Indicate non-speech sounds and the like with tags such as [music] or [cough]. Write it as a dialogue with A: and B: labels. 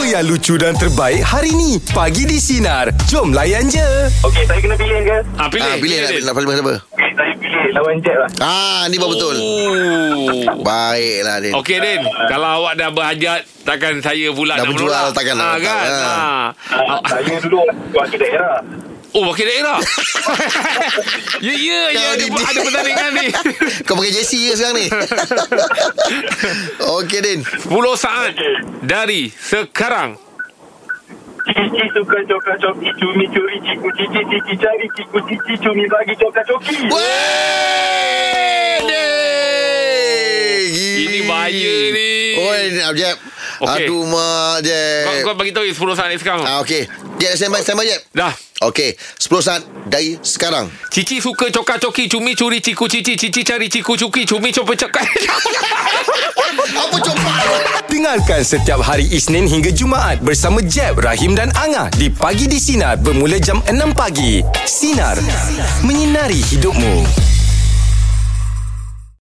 A: yang lucu dan terbaik hari ni. Pagi di Sinar. Jom layan je.
B: Okey, saya kena pilih ke?
C: Ha, pilih.
D: Ah, pilih nak, nak paling siapa?
B: Okey, saya pilih lawan Jack lah.
D: Ah, ni baru betul.
C: Oh.
D: Baiklah Din.
C: Okey Din, kalau awak dah berhajat, takkan saya pula
D: Dah
C: nak
D: berjual,
C: menolak.
D: takkan
C: ha,
D: nak datang,
C: kan?
D: ha.
C: Ha.
B: Ah, saya dulu wakil daerah.
C: Oh, wakil daerah.
D: [laughs]
C: ya, ya, ya.
D: Kau
C: Ada,
D: ni-
C: ada pertandingan ni.
D: Kau pakai JC ke sekarang
C: [laughs]
D: ni? Okey Din.
C: 10 saat dari sekarang.
B: Cici suka coklat coki, cumi curi, ciku cici, cici cari, ciku cici, cumi bagi coklat coki.
D: Wey, Din. Gila.
C: Ini bahaya ni.
D: Oh, ini nak Jeb.
C: Okey.
D: Aduh,
C: Kau,
D: mak Jeb.
C: kau bagi tahu 10 saat ni sekarang.
D: Ah, okey. Jeb, stand by, stand by, Jeb.
C: Dah.
D: Okey, 10 saat dari sekarang.
C: Cici suka coka coki cumi curi ciku cici cici cari ciku cuki cumi coba cekai. [laughs]
D: Apa coba?
A: Dengarkan setiap hari Isnin hingga Jumaat bersama Jeb, Rahim dan Angah di Pagi di Sinar bermula jam 6 pagi. Sinar. Menyinari hidupmu.